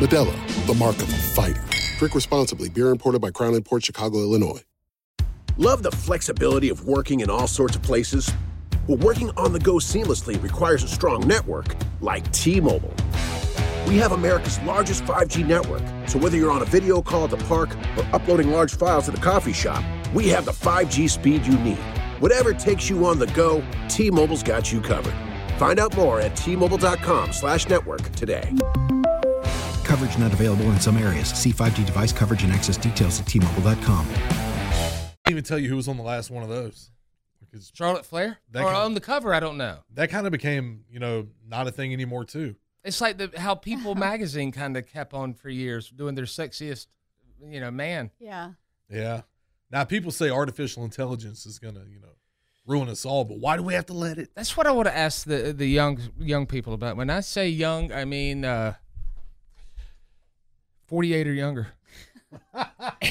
Speaker 16: Medella, the mark of a fighter. Drink responsibly. Beer imported by Crown Port Chicago, Illinois.
Speaker 17: Love the flexibility of working in all sorts of places? Well, working on the go seamlessly requires a strong network like T Mobile. We have America's largest 5G network, so whether you're on a video call at the park or uploading large files at a coffee shop, we have the 5G speed you need. Whatever takes you on the go, T Mobile's got you covered. Find out more at T Mobile.com slash network today.
Speaker 18: Coverage not available in some areas. See 5G device coverage and access details at tmobile.com.
Speaker 6: Can't even tell you who was on the last one of those. Because
Speaker 4: Charlotte Flair
Speaker 6: That
Speaker 4: or
Speaker 6: kind of-
Speaker 4: on the cover, I don't know.
Speaker 6: that kind of became, you know, not a thing anymore too.
Speaker 4: It's like the how People magazine kind of kept on for years doing their sexiest, you know, man.
Speaker 7: Yeah.
Speaker 6: Yeah. Now people say artificial intelligence is gonna, you know, ruin us all, but why do we have to let it?
Speaker 4: That's what I want to ask the the young young people about. When I say young, I mean uh, forty eight or younger.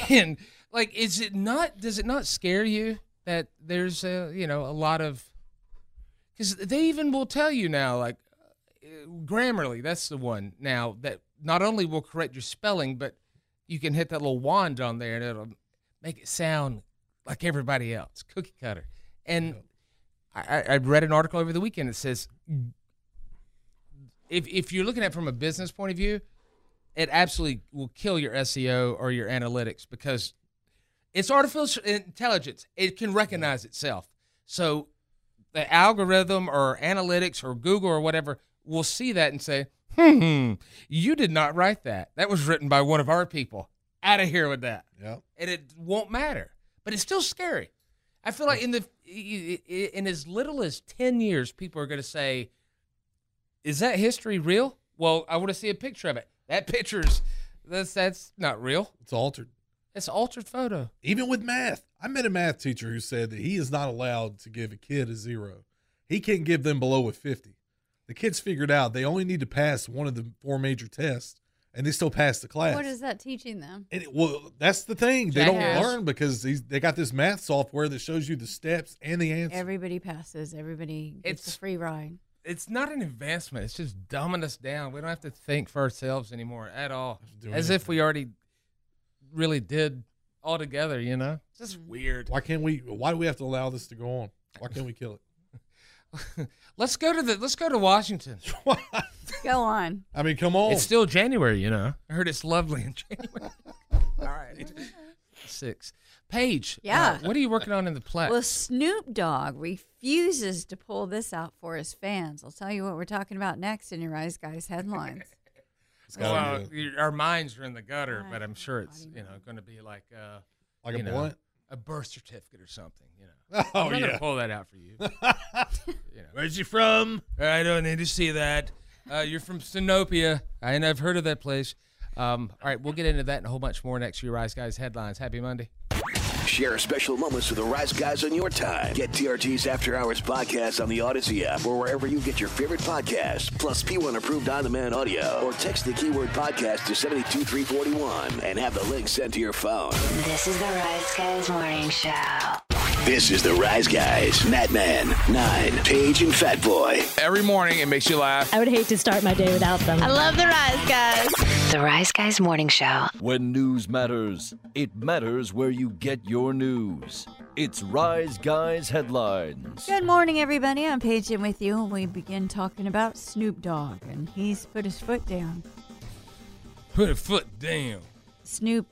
Speaker 4: and like, is it not? Does it not scare you that there's a you know a lot of because they even will tell you now like uh, Grammarly, that's the one now that not only will correct your spelling, but you can hit that little wand on there and it'll make it sound like everybody else, cookie cutter. And I, I read an article over the weekend that says if if you're looking at it from a business point of view, it absolutely will kill your SEO or your analytics because it's artificial intelligence. It can recognize itself. So the algorithm or analytics or Google or whatever will see that and say, hmm, you did not write that. That was written by one of our people. Out of here with that.
Speaker 6: Yeah.
Speaker 4: And it won't matter. But it's still scary. I feel like in the in as little as 10 years people are going to say is that history real? Well, I want to see a picture of it. That picture's that's that's not real.
Speaker 6: It's altered.
Speaker 4: It's an altered photo.
Speaker 6: Even with math. I met a math teacher who said that he is not allowed to give a kid a zero. He can't give them below a 50. The kids figured out they only need to pass one of the four major tests and they still pass the class.
Speaker 7: What is that teaching them?
Speaker 6: And it, well, that's the thing. They don't yes. learn because these, they got this math software that shows you the steps and the answer.
Speaker 7: Everybody passes. Everybody gets it's, a free ride.
Speaker 4: It's not an advancement. It's just dumbing us down. We don't have to think for ourselves anymore at all. As it. if we already really did all together, you know? It's just weird.
Speaker 6: Why can't we why do we have to allow this to go on? Why can't we kill it?
Speaker 4: let's go to the let's go to Washington.
Speaker 7: go on.
Speaker 6: I mean, come on.
Speaker 4: It's still January, you know. Oh. I heard it's lovely in January. All right. Six. Paige.
Speaker 7: Yeah.
Speaker 4: Uh, what are you working on in the play?
Speaker 7: Well, Snoop Dogg refuses to pull this out for his fans. I'll tell you what we're talking about next in your eyes, guys. Headlines.
Speaker 4: well, uh, our minds are in the gutter, but I'm sure it's you know going to be like uh,
Speaker 6: like
Speaker 4: a
Speaker 6: know, blunt
Speaker 4: a birth certificate or something, you know. Oh I'm yeah, pull that out for you.
Speaker 6: you know. Where's you from?
Speaker 4: I don't need to see that. Uh, you're from Sinopia, and I've heard of that place. Um, all right, we'll get into that and a whole bunch more next year. Rise Guys headlines. Happy Monday.
Speaker 1: Share special moments with the Rise Guys on your time. Get TRT's After Hours podcast on the Odyssey app or wherever you get your favorite podcast, plus P1 approved on demand audio, or text the keyword podcast to 72341 and have the link sent to your phone.
Speaker 2: This is the Rise Guys Morning Show.
Speaker 1: This is the Rise Guys, Madman, Nine, Page, and Fat Boy.
Speaker 19: Every morning it makes you laugh.
Speaker 20: I would hate to start my day without them.
Speaker 12: I love the Rise Guys.
Speaker 2: The Rise Guys Morning Show.
Speaker 3: When news matters, it matters where you get your news. It's Rise Guys headlines.
Speaker 7: Good morning, everybody. I'm Paige in with you, and we begin talking about Snoop Dogg, and he's put his foot down.
Speaker 4: Put a foot down.
Speaker 7: Snoop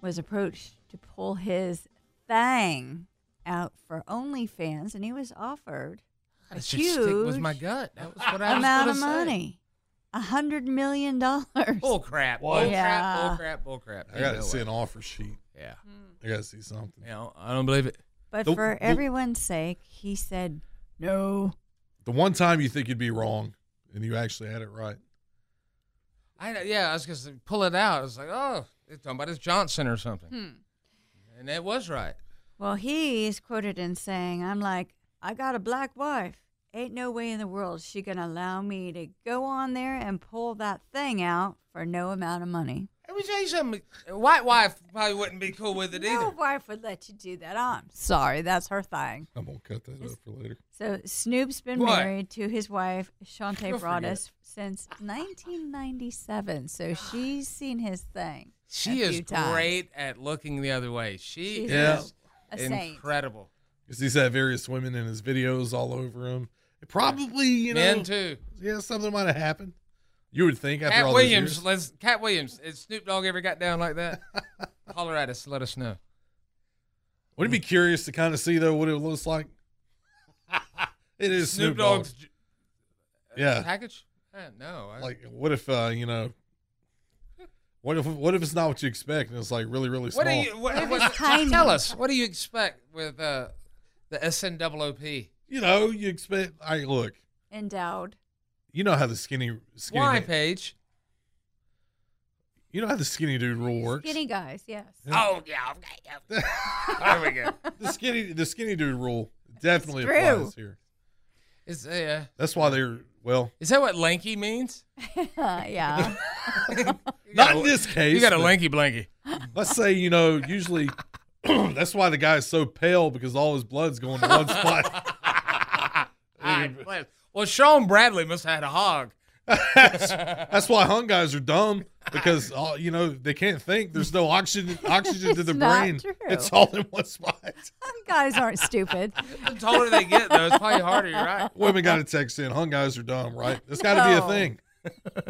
Speaker 7: was approached to pull his thing out for OnlyFans, and he was offered a
Speaker 4: That's
Speaker 7: huge
Speaker 4: stick was my gut. That was what I
Speaker 7: amount
Speaker 4: was
Speaker 7: of money. A hundred million dollars.
Speaker 4: Bull crap. Bull
Speaker 7: Yeah.
Speaker 4: crap. Bull
Speaker 7: Mm.
Speaker 4: crap. Bull crap.
Speaker 6: I gotta see an offer sheet.
Speaker 4: Yeah.
Speaker 6: I gotta see something.
Speaker 4: You know, I don't believe it.
Speaker 7: But
Speaker 6: The-
Speaker 7: for
Speaker 6: the-
Speaker 7: everyone's sake, he said no.
Speaker 6: The one time you think you'd be wrong and you actually had it right.
Speaker 4: I yeah. I was gonna say, pull it out. I was like, oh, they're talking about it's Johnson or something,
Speaker 7: Hmm.
Speaker 4: and that was right.
Speaker 7: Well, he's quoted in saying, "I'm like, I got a black wife. Ain't no way in the world she gonna allow me to go on there and pull that thing out for no amount of money."
Speaker 4: Let me tell you something. a White wife probably wouldn't be cool with it
Speaker 7: No
Speaker 4: either.
Speaker 7: wife would let you do that. I'm sorry, that's her thing.
Speaker 6: I'm gonna cut that up for later.
Speaker 7: So Snoop's been
Speaker 4: What?
Speaker 7: married to his wife Shantae
Speaker 4: Go forget.
Speaker 7: Broadus since 1997. So she's seen his thing. a
Speaker 4: She is
Speaker 7: few times.
Speaker 4: great at looking the other way. She
Speaker 7: She's
Speaker 6: Yeah.
Speaker 4: is
Speaker 7: a saint.
Speaker 4: incredible.
Speaker 6: Because he's had various women in his videos all over him. It probably, you know,
Speaker 4: Men too.
Speaker 6: yeah, something might have happened. You would think after
Speaker 4: Cat
Speaker 6: all
Speaker 4: Williams,
Speaker 6: these years.
Speaker 4: let's Cat Williams. Is Snoop Dogg ever got down like that? Holler at us. Let us know.
Speaker 6: Wouldn't it be curious to kind of see though what it looks like? it is Snoop, Dogg.
Speaker 4: j-
Speaker 6: Yeah,
Speaker 4: package? Eh, no. I,
Speaker 6: like what if uh, you know, what if what if it's not what you expect and it's like really really small?
Speaker 4: what do you? What,
Speaker 7: It was
Speaker 4: what, just
Speaker 7: tiny.
Speaker 4: tell us. What do you expect with uh, the SNOOP?
Speaker 6: You know, you expect. I look.
Speaker 7: Endowed.
Speaker 6: You know how the skinny skinny.
Speaker 4: Why, Paige?
Speaker 6: You know how the skinny dude rule works.
Speaker 7: Skinny guys, yes.
Speaker 4: Oh yeah. Okay. okay. There we go.
Speaker 6: The skinny the skinny dude rule definitely
Speaker 7: true.
Speaker 6: applies here.
Speaker 4: Is uh,
Speaker 6: That's why they're well.
Speaker 4: is that what lanky means?
Speaker 7: Uh, yeah.
Speaker 6: Not in this case.
Speaker 4: You got a
Speaker 6: but-
Speaker 4: lanky blanky.
Speaker 6: Let's say, you know, usually that's why the guy's so pale because all his blood's going to one spot.
Speaker 4: Alright, well- well, Sean Bradley must have had a hog.
Speaker 6: that's, that's why hung guys are dumb because, all, you know, they can't think. There's no oxygen oxygen to
Speaker 7: It's
Speaker 6: the
Speaker 7: not
Speaker 6: brain.
Speaker 7: true.
Speaker 6: It's all in one spot.
Speaker 7: Some guys aren't stupid.
Speaker 4: The taller they get, though, it's probably harder, you're right?
Speaker 6: Women got to text in. Hung guys are dumb, right? It's got to be
Speaker 7: No.
Speaker 6: a thing.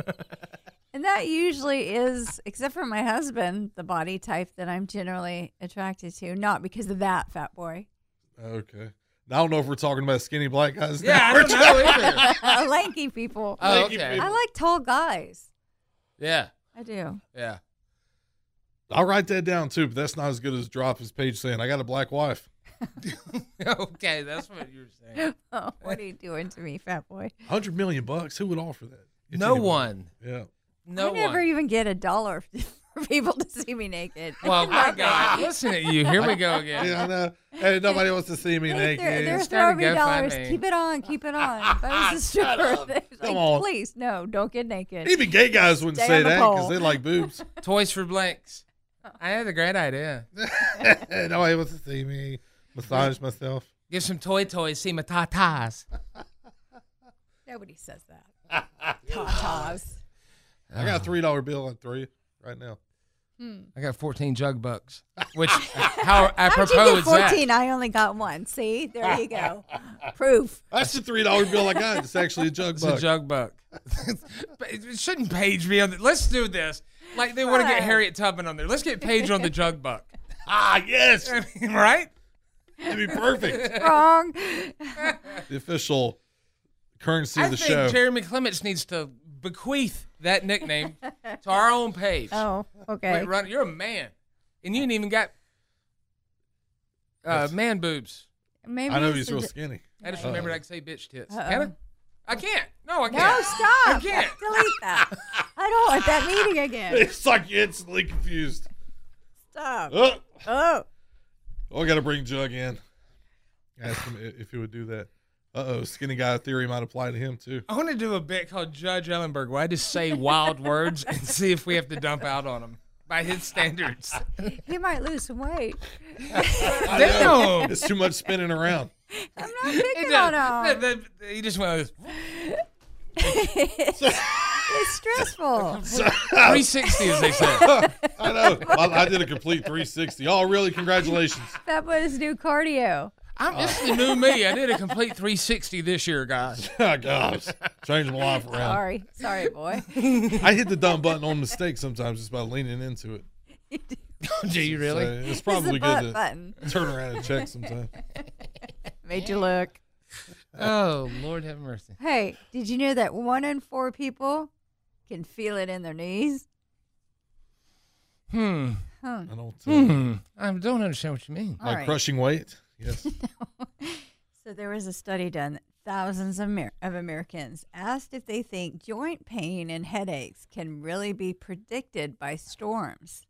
Speaker 7: And that usually is, except for my husband, the body type that I'm generally attracted to, not because of that fat boy.
Speaker 6: Okay. I don't know if we're talking about skinny black guys.
Speaker 4: Yeah, I
Speaker 6: now.
Speaker 4: don't know either.
Speaker 7: Lanky people.
Speaker 4: Oh, Lanky okay. people.
Speaker 7: I like tall guys.
Speaker 4: Yeah.
Speaker 7: I do.
Speaker 4: Yeah.
Speaker 6: I'll write that down too, but that's not as good as drop his page saying I got a black wife.
Speaker 4: okay, that's what you're saying.
Speaker 7: Oh, what are you doing to me, fat boy?
Speaker 6: Hundred million bucks. Who would offer that? It's
Speaker 4: No
Speaker 6: anybody.
Speaker 4: one.
Speaker 6: Yeah.
Speaker 4: No
Speaker 7: I never
Speaker 4: one.
Speaker 7: even get a dollar for people to see me naked.
Speaker 4: Well, my God, listen at you. Here we go again.
Speaker 6: Yeah, I know. Hey, nobody wants to see me
Speaker 7: They-
Speaker 6: naked.
Speaker 7: They're, they're
Speaker 4: It's gotta
Speaker 7: throwing me
Speaker 4: go find
Speaker 7: dollars.
Speaker 4: me.
Speaker 7: Keep it on. Keep it on. If I was a
Speaker 6: Shut
Speaker 7: stripper,
Speaker 6: up.
Speaker 7: they're
Speaker 6: Come
Speaker 7: like,
Speaker 6: on.
Speaker 7: please, no, don't get naked.
Speaker 6: Even gay guys wouldn't
Speaker 7: Stay
Speaker 6: say
Speaker 7: on the
Speaker 6: that because
Speaker 7: pole.
Speaker 6: they like boobs.
Speaker 4: Toys for blanks.
Speaker 7: Oh.
Speaker 4: I had a great idea.
Speaker 6: nobody wants to see me massage myself.
Speaker 4: Give some toy toys, see my tatas.
Speaker 7: Nobody says that. Tatas.
Speaker 6: I
Speaker 4: Ah.
Speaker 6: got a three dollar bill on three right now.
Speaker 7: Hmm.
Speaker 4: I got 14 jug bucks, which how I
Speaker 7: How'd
Speaker 4: propose
Speaker 7: you get
Speaker 4: Oh, that.
Speaker 7: 14? I only got one. See, there you go. Proof.
Speaker 6: That's the three dollar bill I got. It's actually a jug
Speaker 4: It's
Speaker 6: buck.
Speaker 4: a jug buck. but it it shouldn't Paige be on the Let's do this. Like they want to get
Speaker 7: Fine.
Speaker 4: Harriet Tubman on there. Let's get Paige on the jug buck.
Speaker 6: ah, yes.
Speaker 4: I mean, right?
Speaker 6: It'd be perfect.
Speaker 7: Wrong.
Speaker 6: The official currency
Speaker 4: I
Speaker 6: of the
Speaker 4: think
Speaker 6: show.
Speaker 4: Jeremy Clements needs to bequeath that nickname to our own page.
Speaker 7: Oh, okay.
Speaker 4: Wait, Ron, you're a man, and you ain't even got uh,
Speaker 6: That's-
Speaker 4: man boobs.
Speaker 7: Maybe
Speaker 6: I know
Speaker 7: it's
Speaker 6: he's
Speaker 7: the
Speaker 6: real
Speaker 7: d-
Speaker 6: skinny.
Speaker 4: I just
Speaker 6: Uh-oh.
Speaker 4: remembered I could say bitch tits.
Speaker 7: Uh-oh.
Speaker 4: Can I? I can't. No, I can't.
Speaker 7: No, stop.
Speaker 4: I can't.
Speaker 7: Delete that. I don't want that meeting again.
Speaker 6: It's like you're instantly confused.
Speaker 7: Stop.
Speaker 6: Oh,
Speaker 7: Oh.
Speaker 6: oh, I got to bring Jug in. Ask him i- if he would do that. Uh oh, skinny guy theory might apply to him too.
Speaker 4: I want to do a bit called Judge Ellenberg where I just say wild words and see if we have to dump out on him by his standards.
Speaker 7: He might lose some weight.
Speaker 4: Damn.
Speaker 6: It's too much spinning around.
Speaker 7: I'm not picking
Speaker 4: No,
Speaker 7: on
Speaker 4: no,
Speaker 7: him.
Speaker 4: no, He just went like
Speaker 7: It's stressful.
Speaker 4: 360 as they say.
Speaker 6: I know. I, I did a complete 360. Oh, really? Congratulations.
Speaker 7: That was new cardio.
Speaker 4: I'm, this is the new me. I did a complete 360 this year, guys.
Speaker 6: Oh, gosh. Changing my life around.
Speaker 7: Sorry. Sorry, boy.
Speaker 6: I hit the dumb button on mistake sometimes just by leaning into it.
Speaker 4: Do you really?
Speaker 6: So it's
Speaker 7: It's
Speaker 6: probably
Speaker 7: the
Speaker 6: good
Speaker 7: butt
Speaker 6: to
Speaker 7: button.
Speaker 6: turn around and check sometime.
Speaker 7: Made you look.
Speaker 4: Oh, Lord have mercy.
Speaker 7: Hey, did you know that one in four people can feel it in their knees?
Speaker 4: Hmm.
Speaker 7: Huh.
Speaker 6: I don't. Uh,
Speaker 4: Hmm. I don't understand what you mean.
Speaker 7: All
Speaker 6: Like
Speaker 7: right.
Speaker 6: crushing weight? Yes.
Speaker 7: So there was a study done. that Thousands of, Amer- of Americans asked if they think joint pain and headaches can really be predicted by storms,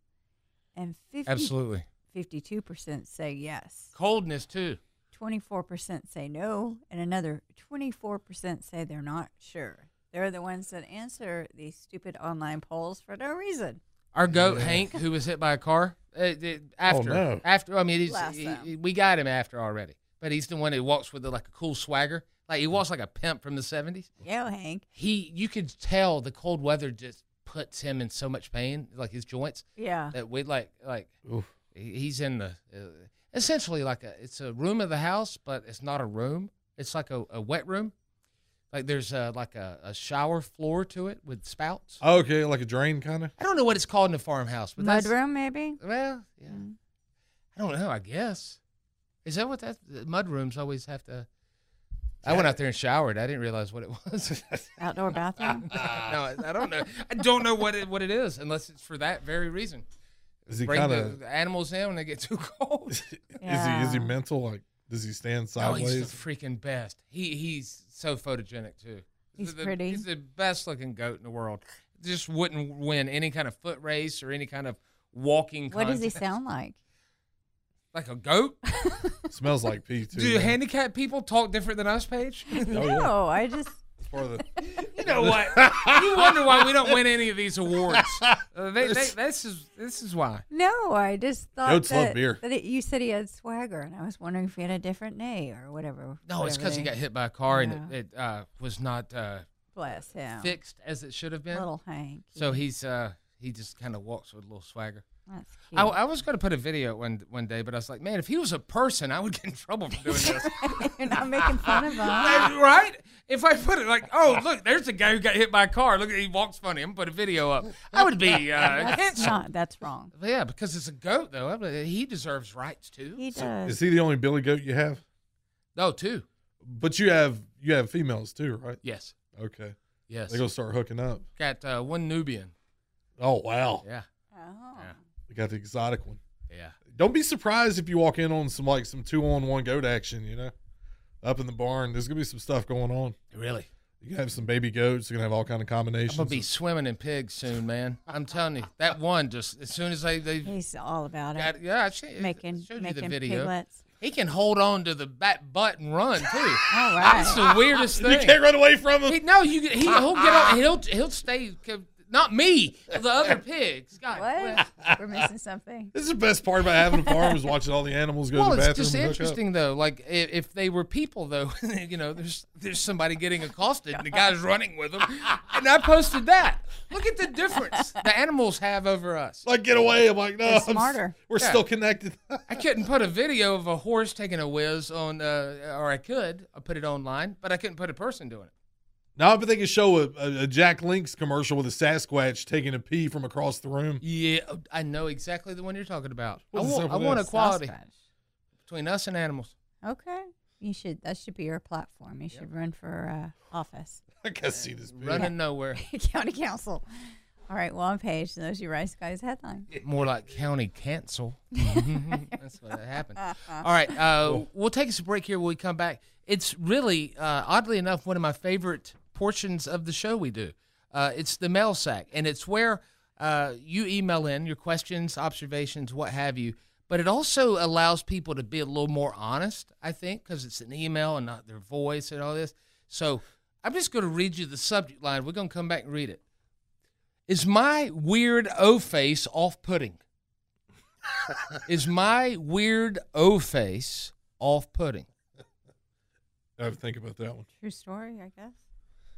Speaker 7: and 50,
Speaker 4: Absolutely.
Speaker 7: 52% say yes.
Speaker 4: Coldness, too.
Speaker 7: 24% say no, and another 24% say they're not sure. They're the ones that answer these stupid online polls for no reason.
Speaker 4: Our goat, Hank, who was hit by a car uh, uh, after.
Speaker 6: Oh, no.
Speaker 4: After, I mean, he's,
Speaker 7: Blast
Speaker 4: he-
Speaker 7: them.
Speaker 4: he- we got him after already. But he's the one that walks with like a cool swagger. Like he walks like a pimp from the 70s.
Speaker 7: Yo, Hank.
Speaker 4: He, you could tell the cold weather just puts him in so much pain, like his joints.
Speaker 7: Yeah.
Speaker 4: that we like like
Speaker 6: Oof.
Speaker 4: he- he's in the uh, essentially like a it's a room of the house but it's not a room it's like a, a wet room like there's a like a, a shower floor to it with spouts
Speaker 6: Oh, Okay, like a drain kind of.
Speaker 4: i don't know what it's called in a farmhouse but that's
Speaker 7: Mudroom, Mm. maybe?
Speaker 4: well yeah i don't know i guess is that what that the mud rooms always have to i went out there and showered i didn't realize what it was
Speaker 7: Outdoor bathroom?
Speaker 4: no I, I don't know i don't know what it what it is unless it's for that very reason
Speaker 6: Is he
Speaker 4: bring
Speaker 6: kind of?
Speaker 4: the animals in when they get too cold.
Speaker 6: Is he is he
Speaker 7: Yeah.
Speaker 6: mental? Like, does he stand
Speaker 4: oh, he's the
Speaker 6: sideways?
Speaker 4: freaking best. He he's so photogenic too.
Speaker 7: He's
Speaker 4: the,
Speaker 7: pretty.
Speaker 4: He's the best looking goat in the world. Just wouldn't win any kind of foot race or any kind of walking.
Speaker 7: What does he
Speaker 4: contest.
Speaker 7: sound like?
Speaker 4: Like a goat?
Speaker 6: Smells like pee too.
Speaker 4: Do
Speaker 6: though.
Speaker 4: handicapped people talk different than us, Paige?
Speaker 6: Oh, yeah.
Speaker 7: No, I just
Speaker 6: It's part of the-
Speaker 4: you know what? you wonder why we don't win any of these awards. Uh, they, they, this is this is why.
Speaker 7: no, I just thought
Speaker 6: Goats love
Speaker 7: that,
Speaker 6: beer.
Speaker 7: that it, you said he had swagger, and I was wondering if he had a different name or whatever.
Speaker 4: No, it's
Speaker 7: whatever
Speaker 4: because he
Speaker 7: they-
Speaker 4: got hit by a car and
Speaker 7: Yeah.
Speaker 4: it, it uh, was not uh,
Speaker 7: Bless him,
Speaker 4: fixed as it should have been.
Speaker 7: little Hank.
Speaker 4: So he's uh He just kind of walks with a little swagger.
Speaker 7: That's
Speaker 4: I, I was going to put a video one one day, but I was like, man, if he was a person, I would get in trouble for doing this.
Speaker 7: You're not making fun of him.
Speaker 4: Like, right? If I put it like, oh, look, there's a guy who got hit by a car. Look, he walks funny. I'm going to put a video up. I would be uh,
Speaker 7: that's
Speaker 4: canceled.
Speaker 7: not. That's wrong.
Speaker 4: Yeah, because it's a goat, though. I mean, He deserves rights, too.
Speaker 7: He
Speaker 4: So-
Speaker 7: does.
Speaker 6: Is he the only Billy Goat you have?
Speaker 4: No, two.
Speaker 6: But you have you have females too, right?
Speaker 4: Yes.
Speaker 6: Okay.
Speaker 4: Yes.
Speaker 6: They're gonna start hooking up.
Speaker 4: Got uh, one Nubian.
Speaker 6: Oh wow.
Speaker 4: Yeah.
Speaker 7: Oh.
Speaker 6: They got the exotic one.
Speaker 4: Yeah.
Speaker 6: Don't be surprised if you walk in on some like some two on one goat action, you know? Up in the barn. There's gonna be some stuff going on.
Speaker 4: Really?
Speaker 6: You gonna have some baby goats, you're gonna have all kind of
Speaker 4: I'm
Speaker 6: combinations.
Speaker 4: gonna be swimming in pigs soon, man. I'm telling you, that one just as soon as they they
Speaker 7: He's all about it.
Speaker 4: got, yeah, I sh-
Speaker 7: making
Speaker 4: showed you the
Speaker 7: making
Speaker 4: video.
Speaker 7: piglets.
Speaker 4: He can hold on to the bat butt and run too.
Speaker 7: All right.
Speaker 4: That's the weirdest thing.
Speaker 6: You can't run away from him.
Speaker 4: He, no, you he, he'll get up. He'll he'll stay. Not me. The other pigs. God,
Speaker 7: What?
Speaker 4: bless.
Speaker 7: We're missing something.
Speaker 6: This is the best part about having a farm is watching all the animals go
Speaker 4: well,
Speaker 6: to the bathroom.
Speaker 4: it's just
Speaker 6: and hook up.
Speaker 4: interesting though. Like i- if they were people though, you know, there's there's somebody getting accosted and the guy's running with them, and I posted that. Look at the difference the animals have over us.
Speaker 6: Like get away. I'm like, no,
Speaker 7: They're
Speaker 6: I'm s-
Speaker 7: smarter.
Speaker 6: we're
Speaker 4: Yeah.
Speaker 6: still connected.
Speaker 4: I couldn't put a video of a horse taking a whiz on, uh, or I could. I put it online, but I couldn't put a person doing it.
Speaker 6: Now I'm thinking show a, a, a Jack Lynx commercial with a Sasquatch taking a pee from across the room.
Speaker 4: Yeah, I know exactly the one you're talking about.
Speaker 6: What
Speaker 4: I
Speaker 6: is
Speaker 4: want,
Speaker 6: up
Speaker 4: I
Speaker 6: with
Speaker 4: want
Speaker 6: that?
Speaker 4: equality
Speaker 7: Sasquatch.
Speaker 4: between us and animals.
Speaker 7: Okay. You should. That should be your platform. You should run for uh, office,
Speaker 6: I gotta see this. Video.
Speaker 4: Running nowhere.
Speaker 7: county council. All right. Well, on page, and those are your Rice Guys headline.
Speaker 4: More like county cancel. That's what that happened. All right, uh, we'll take us a break here when we come back. It's really, uh, oddly enough, one of my favorite portions of the show we do. Uh, it's the mail sack, and it's where uh, you email in your questions, observations, what have you. But it also allows people to be a little more honest, I think, because it's an email and not their voice and all this. So I'm just going to read you the subject line. We're going to come back and read it. Is my weird O face off putting? Is my weird O face off putting?
Speaker 6: I have to think about that one.
Speaker 7: True story, I guess.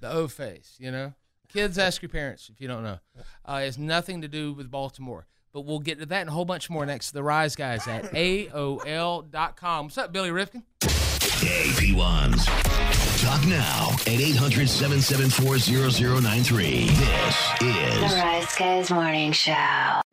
Speaker 4: The O face, you know? Kids ask your parents if you don't know. Uh, it has nothing to do with Baltimore. But we'll get to that and a whole bunch more next to the Rise Guys at AOL.com. What's up, Billy Rifkin?
Speaker 1: Hey, P1s. Talk now at 800 774 0093. This
Speaker 2: The
Speaker 1: is
Speaker 2: Rise Guys Morning Show.